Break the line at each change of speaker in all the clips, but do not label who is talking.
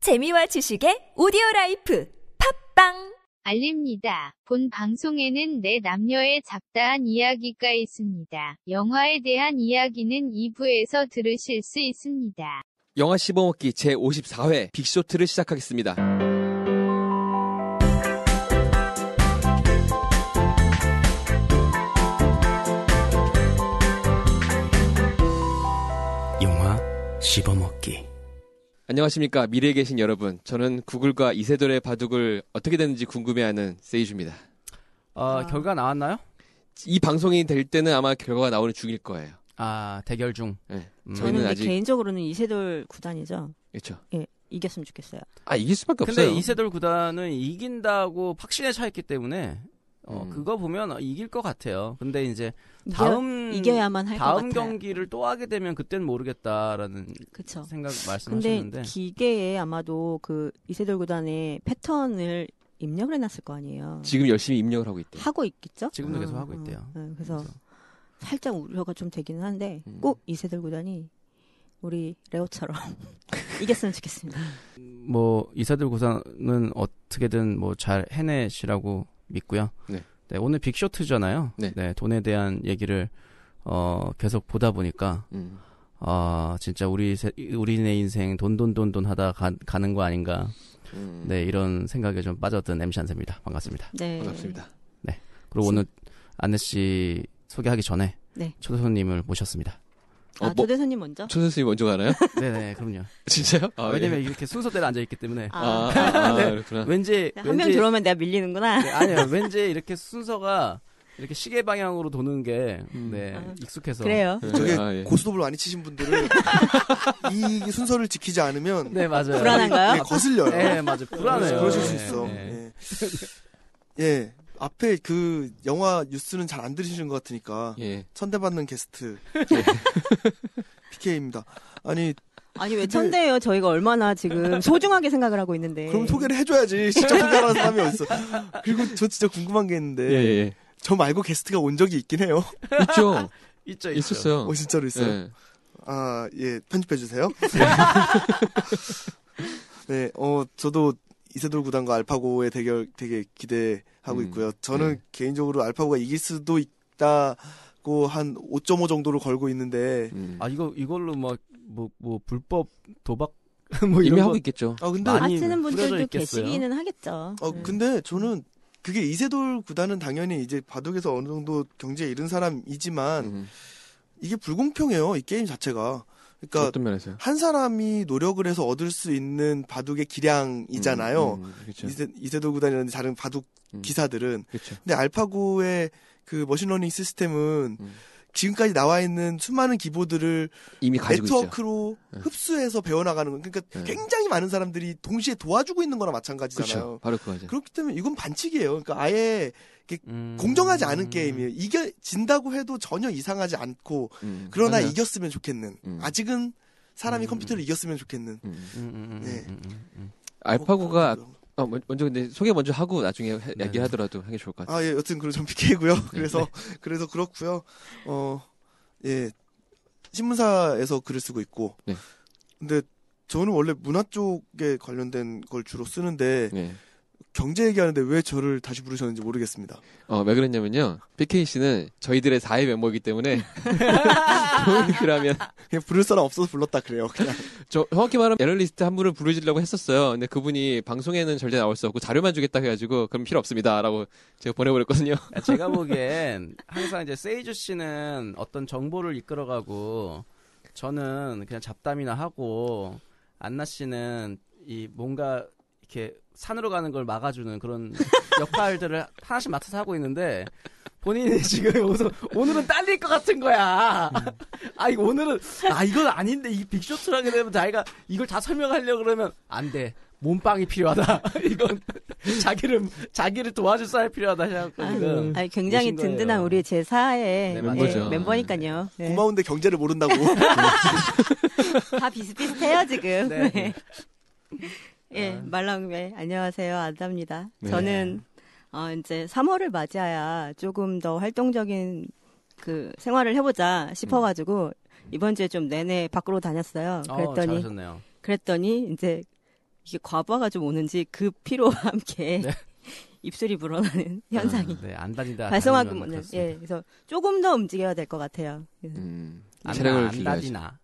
재미와 지식의 오디오 라이프 팝빵!
알립니다. 본 방송에는 내 남녀의 잡다한 이야기가 있습니다. 영화에 대한 이야기는 2부에서 들으실 수 있습니다.
영화 씹어먹기 제54회 빅쇼트를 시작하겠습니다.
영화 씹어먹기
안녕하십니까. 미래에 계신 여러분. 저는 구글과 이세돌의 바둑을 어떻게 되는지 궁금해하는 세이주입니다.
어,
아.
결과 나왔나요?
이 방송이 될 때는 아마 결과가 나오는 중일 거예요.
아 대결 중
네.
음.
저는
저희는
근데
아직
개인적으로는 이세돌 구단이죠.
그렇죠.
예, 이겼으면 좋겠어요.
아 이길 수밖에
근데
없어요.
이세돌 구단은 이긴다고 확신에 차있기 때문에 어,
음.
그거 보면 어, 이길 것 같아요 근데 이제
이겨,
다음
이겨야만 할 것 같아요.
다음 경기를 또 하게 되면 그땐 모르겠다라는
그렇죠.
생각
근데
말씀하셨는데
기계에 아마도 그 이세돌 구단의 패턴을 입력을 해놨을 거 아니에요.
지금 열심히 입력을 하고 있대요.
하고 있겠죠?
지금도
어,
계속 하고
어,
있대요.
어, 그래서 살짝 우려가 좀 되기는 한데
음.
꼭 이세돌 구단이 우리 레오처럼 이겼으면 좋겠습니다.
뭐 이세돌 구단은 어떻게든 뭐 잘 해내시라고 믿고요.
네.
오늘 빅쇼트잖아요.
네.
돈에 대한 얘기를 어, 계속 보다 보니까
음.
아 진짜 우리 세- 우리네 인생 돈돈돈돈 하다 가, 가는 거 아닌가
음.
네 이런 생각에 좀 빠졌던 MC 안세입니다 반갑습니다
네.
반갑습니다.
그리고
진-
오늘 안내 씨 소개하기 전에
네.
초대손님을 모셨습니다
어,
아,
뭐,
조대선님 먼저.
네.
초 선생님 먼저 가나요?
네네 그럼요
진짜요? 아,
왜냐면
예.
이렇게 순서대로 앉아 있기 때문에
아, 아, 아,
네.
그렇구나.
왠지
한 명 들어오면 내가 밀리는구나.
네, 아니요 왠지 이렇게 순서가 이렇게 시계 방향으로 도는 게
음.
네,
아.
익숙해서
그래요.
저게
아, 예.
고스톱을 많이 치신 분들은 이 순서를 지키지 않으면
네 맞아요
불안한가요?
네, 거슬려요.
네 맞아요 불안해요
그러실 수
네,
있어.
네.
예. 예. 앞에 그 영화 뉴스는 잘 안 들으시는 것 같으니까
예.
천대받는 게스트 PK입니다. 아니
아니 왜 천대예요? 저희가 얼마나 지금 소중하게 생각을 하고 있는데.
그럼 소개를 해줘야지 진짜 소개하는 사람이 어딨어. 그리고 저 진짜 궁금한 게
예,
있는데
예.
저 말고 게스트가 온 적이 있긴 해요.
있죠.
있죠 있죠
있었어요.
어 진짜로 있어요.
예.
아, 예, 편집해주세요. 네, 어, 저도 이세돌 구단과 알파고의 대결 되게 기대하고
음,
있고요. 저는
네.
개인적으로 알파고가 이길 수도 있다고 한 5.5 정도로 걸고 있는데.
음.
아 이거 이걸로 막 뭐 뭐 불법 도박 뭐
이미
이런
하고
거
있겠죠.
아, 근데,
많이
아시는
뿌려져
분들도
있겠어요.
계시기는 하겠죠.
어,
네.
근데 저는 그게 이세돌 구단은 당연히 이제 바둑에서 어느 정도 경제에 이른 사람이지만
음.
이게 불공평해요. 이 게임 자체가. 그러니까
어떤 면에서요?
한 사람이 노력을 해서 얻을 수 있는 바둑의 기량이잖아요.
음, 음, 그렇죠.
이세, 이세돌 구단이라든지 다른 바둑
음.
기사들은
그렇죠.
근데 알파고의 그 머신러닝 시스템은
음.
지금까지 나와 있는 수많은 기보들을
이미 가지고 있죠.
네트워크로
네.
흡수해서 배워나가는 거 그러니까
네.
굉장히 많은 사람들이 동시에 도와주고 있는 거나
그렇죠.
마찬가지잖아요
바로 그거죠.
그렇기 때문에 이건 반칙이에요 그러니까 아예
음.
공정하지 않은 게임이에요 이겨 진다고 해도 전혀 이상하지 않고
음,
그러나
맞아요.
이겼으면 좋겠는
음.
아직은 사람이
음.
컴퓨터를 이겼으면 좋겠는 뭐
음.
음, 음, 음,
네.
음, 음, 음.
알파고가 어, 먼- 먼저 근데 소개 먼저 하고 나중에 해-
네.
얘기하더라도 하는 게 좋을 것 같아요.
아, 예, 여튼, 그럼 전 PK고요. 그래서, 그래서 그렇고요 어, 예, 신문사에서 글을 쓰고 있고.
네.
근데 저는 원래 문화 쪽에 관련된 걸 주로 쓰는데,
네.
경제 얘기하는데 왜 저를 다시 부르셨는지 모르겠습니다.
어, 왜 그랬냐면요. PK 씨는 저희들의 4회 멤버이기 때문에 좋은 그라면
그냥 부를 사람 없어서 불렀다 그래요, 그냥.
저 정확히 말하면 에럴리스트 한 분을 부르시려고 했었어요. 근데 그분이 방송에는 절대 나올 수 없고 자료만 주겠다 해가지고 그럼 필요 없습니다라고 제가 보내버렸거든요.
아, 제가 보기엔 항상 이제 세이주 씨는 어떤 정보를 이끌어가고 저는 그냥 잡담이나 하고 안나 씨는 이 뭔가 이렇게 산으로 가는 걸 막아주는 그런 역할들을 하나씩 맡아서 하고 있는데 본인이 지금 여기서 오늘은 딸릴 것 같은 거야.
음.
아 이거 오늘은 아 이건 아닌데 이 빅쇼트를 하게 되면 자기가 이걸 다 설명하려 고 그러면 안 돼. 몸빵이 필요하다. 이건 자기를 자기를 도와줄 사람이 필요하다 생각하고 지금
아니, 음. 굉장히
오신 그러니까. 거예요.
든든한 우리 제4의
네,
멤버죠.
멤버니까요. 네.
고마운데 경제를 모른다고. 아,
다 비슷비슷해요 지금.
네.
네. 예, 말랑매 안녕하세요 안다입니다.
네.
저는 어, 이제 3월을 맞이하야 조금 더 활동적인 그 생활을 해보자 싶어가지고 이번 주에 좀 내내 밖으로 다녔어요.
어,
그랬더니
잘하셨네요.
그랬더니 이제 이게 과부하가 좀 오는지 그 피로와 함께
네.
입술이 불어나는 현상이
네, 안 다니다.
발생하기
다니면
뭐냐.
그렇습니다.
예, 그래서 조금 더 움직여야 될 것 같아요. 그래서
음,
안
체력을
나, 안
길러야지.
다디나.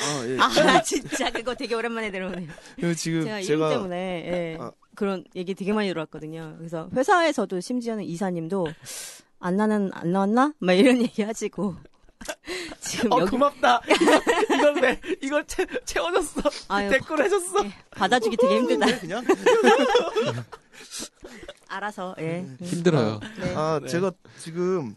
아, 예.
아 진짜 그거 되게 오랜만에 들어오네요.
이거 지금
제가
그 제가,
이름 때문에 예,
아.
그런 얘기 되게 많이 들어왔거든요. 그래서 회사에서도 심지어는 이사님도 안 나는 안 나왔나? 막 이런 얘기 하시고
어,
지금
어
여기
고맙다. 이걸, 이걸 왜 이걸 채, 채워줬어.
아유, 예,
댓글 해줬어.
받아주기 되게 힘들다.
그냥
알아서 예.
힘들어요.
네.
아
네.
제가 지금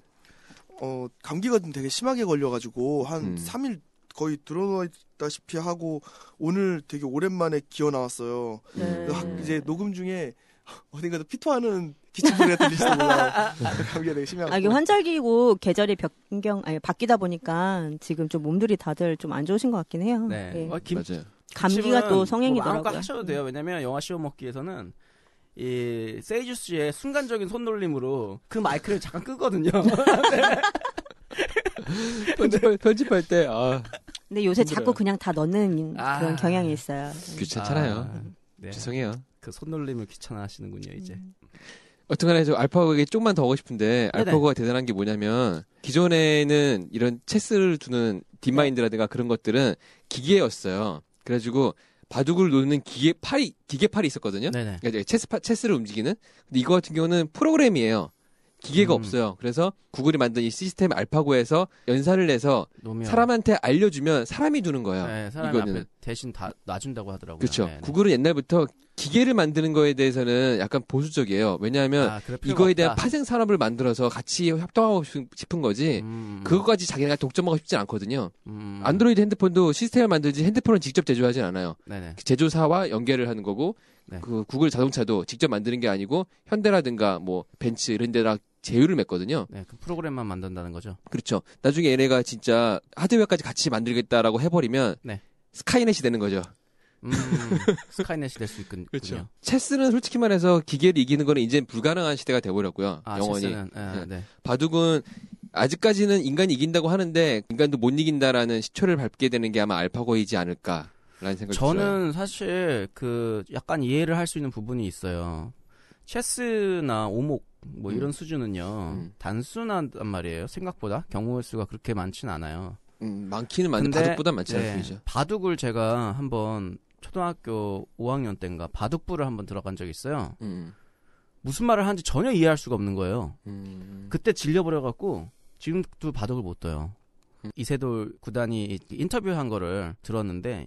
어 감기가 좀 되게 심하게 걸려가지고
음.
한 삼 3일 거의 들어누워 있다시피 하고 오늘 되게 오랜만에 기어 나왔어요.
네.
그래서 학- 이제 녹음 중에 어딘가서 피토하는 기침소리가 들리시도 몰라요. 감기가 되게 심해요.
아, 이게 환절기고 계절이 변경 아니 바뀌다 보니까 지금 좀 몸들이 다들 좀 안 좋으신 것 같긴 해요.
네.
예.
어, 김, 뭐
맞아요.
감기가 또 성행이더라고요.
아무거나 하셔도 돼요. 왜냐면 영화 씌워먹기에서는 이 세이주 씨의 순간적인 손놀림으로 그 마이크를 잠깐 끄거든요. 네.
편집할, 편집할 때, 아,
근데 요새
힘들어요.
자꾸 그냥 다 넣는
아.
그런 경향이 있어요.
귀찮잖아요.
아, 네.
죄송해요.
그 손놀림을 귀찮아하시는군요 이제.
음.
어쨌거나 저 알파고 에게 조금만 더 하고
네,
싶은데 알파고가 대단한 게 뭐냐면 기존에는 이런 체스를 두는 딥마인드라든가 그런 것들은 기계였어요. 그래가지고 바둑을 놓는 기계 팔이 기계 팔이 있었거든요.
네네.
그러니까 이제 체스 파- 체스를 움직이는. 근데 이거 같은 경우는 프로그램이에요. 기계가
음.
없어요. 그래서 구글이 만든 이 시스템 알파고에서 연산을 해서
노면.
사람한테 알려주면 사람이 두는 거예요.
네, 사람이 앞에 대신 다 놔준다고 하더라고요.
그렇죠.
네, 네.
구글은 옛날부터 기계를 만드는 거에 대해서는 약간 보수적이에요. 왜냐하면
아, 그럴 필요가
이거에 대한
없다.
파생 산업을 만들어서 같이 협동하고 싶- 싶은 거지.
음,
그것까지 자기네가 독점하고 싶진 않거든요.
음,
안드로이드 핸드폰도 시스템을 만들지 핸드폰을 직접 제조하진 않아요.
네네.
제조사와 연계를 하는 거고
네.
그 구글 자동차도 직접 만드는 게 아니고 현대라든가 뭐 벤츠 이런 데랑 제휴를 맺거든요.
네, 그 프로그램만 만든다는 거죠.
그렇죠. 나중에 얘네가 진짜 하드웨어까지 같이 만들겠다라고 해버리면
네.
스카이넷이 되는 거죠.
음, 스카이넷이 될 수 있군요.
체스는 솔직히 말해서 기계를 이기는 거는 이제 불가능한 시대가 돼버렸고요.
아,
영원히. 예.
체스는, 네, 네.
바둑은 아직까지는 인간이 이긴다고 하는데 인간도 못 이긴다라는 시초를 밟게 되는 게 아마 알파고이지 않을까라는 생각이 들어요.
저는 사실 그 약간 이해를 할 수 있는 부분이 있어요. 체스나 오목 뭐 이런
음.
수준은요
음.
단순한 말이에요. 생각보다 경우의 수가 그렇게 많진 않아요.
음, 많기는 많은데
근데,
아, 바둑보다 많지 않은
네,
편이죠.
바둑을 제가 한번 초등학교 5학년 때인가 바둑부를 한번 들어간 적이 있어요.
음,
무슨 말을 하는지 전혀 이해할 수가 없는 거예요.
음,
그때 질려버려갖고 지금도 바둑을 못 둬요.
음.
이세돌 구단이 인터뷰한 거를 들었는데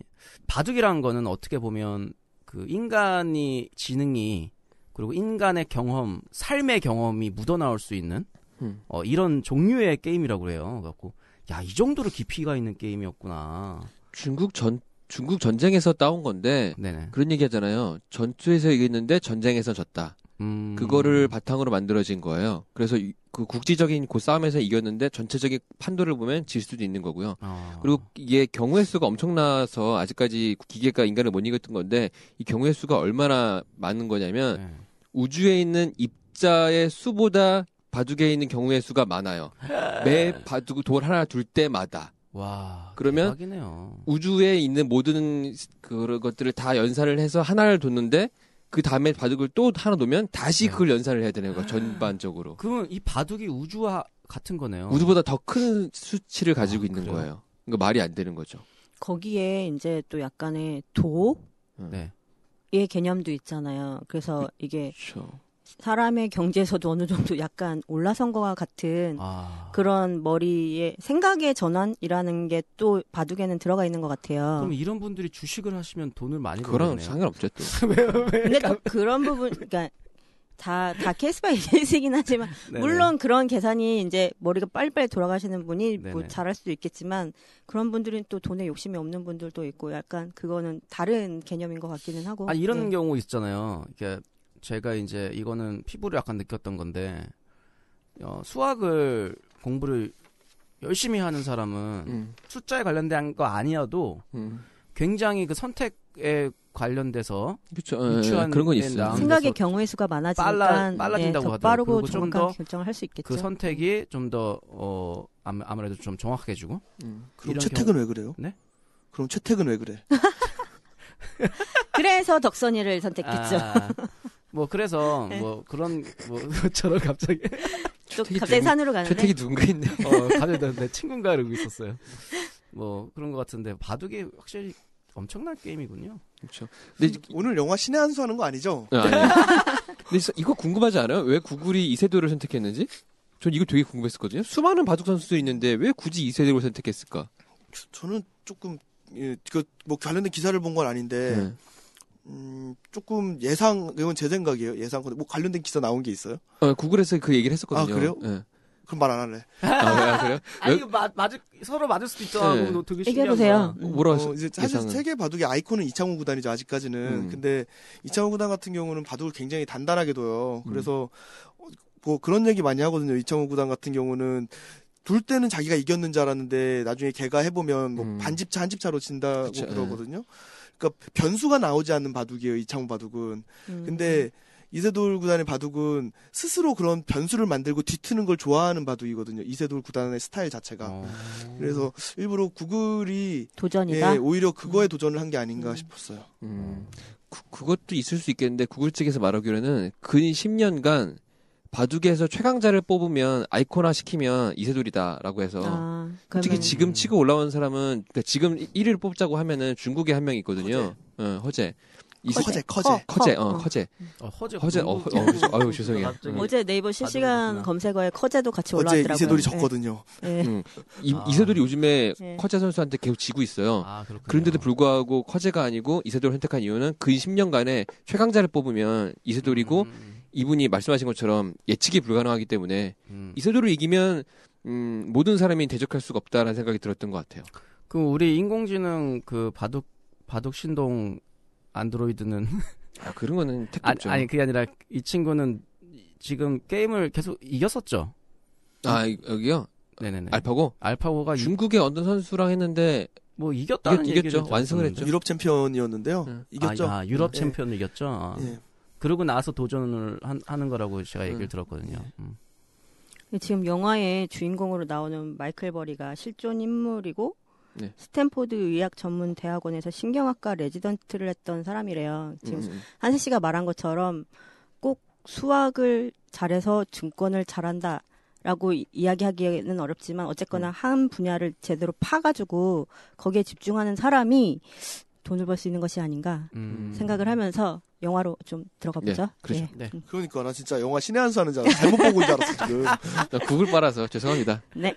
바둑이라는 거는 어떻게 보면 그 인간이 지능이 그리고 인간의 경험, 삶의 경험이 묻어나올 수 있는
음.
어, 이런 종류의 게임이라고 해요. 그래갖고 야 이 정도로 깊이가 있는 게임이었구나.
중국 전 중국 전쟁에서 따온 건데
네네.
그런 얘기 하잖아요. 전투에서 이겼는데 전쟁에서 졌다.
음.
그거를 바탕으로 만들어진 거예요. 그래서 이- 그 국지적인 그 싸움에서 이겼는데 전체적인 판도를 보면 질 수도 있는 거고요.
어.
그리고 이게 경우의 수가 엄청나서 아직까지 기계가 인간을 못 이겼던 건데 이 경우의 수가 얼마나 많은 거냐면
네.
우주에 있는 입자의 수보다 바둑에 있는 경우의 수가 많아요.
네.
매 바둑 돌 하나 둘 때마다
와
그러면
대박이네요.
우주에 있는 모든 그런 것들을 다 연산을 해서 하나를 뒀는데 그 다음에 바둑을 또 하나 놓으면
네.
다시 그걸 연산을 해야 되는
아.
거야 전반적으로
그러면 이 바둑이 우주와 같은 거네요.
우주보다 더 큰 수치를 가지고
어. 아,
있는
그래요?
거예요. 그러니까 말이 안 되는 거죠.
거기에 이제 또 약간의 도의
네.
개념도 있잖아요. 그래서 이게
그렇죠.
사람의 경제에서도 어느 정도 약간 올라선 거와 같은
아.
그런 머리의 생각의 전환이라는 게 또 바둑에는 들어가 있는 것 같아요.
그럼 이런 분들이 주식을 하시면 돈을 많이
그거랑
벌겠네요.
상관없죠 또.
근데 또 그런 부분, 그러니까 다, 다 케이스 바이 케이스이긴 하지만,
네네.
물론 그런 계산이 이제 머리가 빨리빨리 돌아가시는 분이 뭐
네네.
잘할 수도 있겠지만, 그런 분들은 또 돈에 욕심이 없는 분들도 있고, 약간 그거는 다른 개념인 것 같기는 하고.
아니 이런
예.
경우 있잖아요. 이게 제가 이제 이거는 피부로 약간 느꼈던 건데 어, 수학을 공부를 열심히 하는 사람은
음,
숫자에 관련된 거 아니어도
음.
굉장히 그 선택에 관련돼서
그렇죠.
유추한
그런 건
데
있어요.
나온
생각의
그래서
경우의 수가 많아지니까
빨라- 빨라진다고
예, 더
하더라고요.
빠르고
그리고 좀
정확한
더
결정을 할 수 있겠죠.
그 선택이 좀 더 어, 아무- 아무래도 좀 정확해지고
음.
그럼
이런
채택은 왜 그래요?
네?
그럼 채택은 왜 그래?
그래서 덕선이를 선택했죠. 네.
아, 뭐 그래서 뭐 그런 뭐 저런 갑자기
또
주택이
갑자기
누구-
산으로 가는데
주택이 누군가 있네.
어 갑자기 나- 내 친구인가 이러고 있었어요. 뭐 그런 것 같은데 바둑이 확실히 엄청난 게임이군요.
그렇죠. 근데
오늘 영화 신의 한수 하는 거 아니죠?
아, 아니에요. 근데 진짜 이거 궁금하지 않아요? 왜 구글이 이세돌을 선택했는지? 전 이거 되게 궁금했었거든요. 수많은 바둑 선수도 있는데 왜 굳이 이세돌을 선택했을까?
저- 저는 조금 예, 그뭐 관련된 기사를 본 건 아닌데
네.
음, 조금 예상 이건 제 생각이에요. 예상 근데 뭐 관련된 기사 나온 게 있어요?
어, 구글에서 그 얘기를 했었거든요.
아, 그래요?
네.
그럼 말 안 할래.
아, 왜- 아, 그래요?
아니
왜-
이거 맞 맞을 서로 맞을 수도 있잖아.
네.
너 되게
얘기해
신기한
보세요.
거야.
음.
뭐라고
어,
했어?
이제 사실
예상은?
세계 바둑의 아이콘은 이창호 구단이죠 아직까지는.
음.
근데 이창호 구단 같은 경우는 바둑을 굉장히 단단하게 둬요.
음.
그래서 어, 뭐 그런 얘기 많이 하거든요. 이창호 구단 같은 경우는 둘 때는 자기가 이겼는 줄 알았는데 나중에 걔가 해보면 뭐
음.
반집차 한집차로 진다고
그쵸, 예.
그러거든요 그러니까 변수가 나오지 않는 바둑이에요 이창호 바둑은.
음.
근데 이세돌 구단의 바둑은 스스로 그런 변수를 만들고 뒤트는 걸 좋아하는 바둑이거든요. 이세돌 구단의 스타일 자체가.
어.
그러니까
그래서 일부러 구글이
도전이다. 음.
예, 오히려 그거에 도전을 한 게 아닌가 싶었어요.
음, 그, 그것도 있을 수 있겠는데 구글 측에서 말하기로는 근 10년간 바둑에서 최강자를 뽑으면 아이콘화 시키면 이세돌이다라고 해서
아,
특히
네,
그러면-
지금 치고 올라온 사람은 그러니까 지금 1위를 뽑자고 하면은 중국에 한 명 있거든요. 어, 허재. 이세-
커제, 커제.
커,
커제,
커,
어,
어.
커제.
어, 허재
허재, 어,
공부-
어, 그죠. 아유, 죄송해요.
갑자기
음.
어제 네이버 실시간
바둑이구나.
검색어에 커제도 같이
어제
올라왔더라고요.
이세돌이 졌거든요.
예. 예.
음. 이,
아.
이세돌이 요즘에
네.
커제 선수한테 계속 지고 있어요.
아, 그렇군요.
그런데도 불구하고 커제가 아니고 이세돌을 선택한 이유는 근 10년간의 최강자를 뽑으면 이세돌이고
음,
이분이 말씀하신 것처럼 예측이 불가능하기 때문에
음.
이세돌을 이기면 음, 모든 사람이 대적할 수가 없다라는 생각이 들었던 것 같아요.
그 우리 인공지능 그 바둑 바둑 신동 안드로이드는
아, 그런 거는 택도
아니,
없죠.
아니, 그게 아니라 이 친구는 지금 게임을 계속 이겼었죠.
아, 이- 여기요?
네네네. 아,
알파고?
알파고가 이-
아, 중국의 어떤 선수랑 했는데
뭐 이겼다는
이겼-
얘기를
이겼죠. 네. 완승을
들었었는데.
유럽 챔피언이었는데요.
응.
이겼죠.
아, 아, 유럽
예.
챔피언을 이겼죠. 아.
네.
예.
그러고 나서 도전을 한- 하는 거라고 제가 얘기를
음.
들었거든요. 음.
지금 영화의 주인공으로 나오는 마이클 버리가 실존 인물이고
네.
스탠포드 의학 전문 대학원에서 신경학과 레지던트를 했던 사람이래요. 지금
음,
한세 씨가 말한 것처럼 꼭 수학을 잘해서 증권을 잘한다. 라고 이- 이야기하기에는 어렵지만
음.
어쨌거나 한 분야를 제대로 파가지고 거기에 집중하는 사람이 돈을 벌 수 있는 것이 아닌가
음.
생각을 하면서 영화로 좀 들어가
네,
보죠.
그렇죠.
예.
네.
그러니까 나 진짜 영화 신의 한수 하는 줄 알았어. 잘못 보고 있는 줄 알았어, 지금.
나 구글 빨아서 죄송합니다.
네.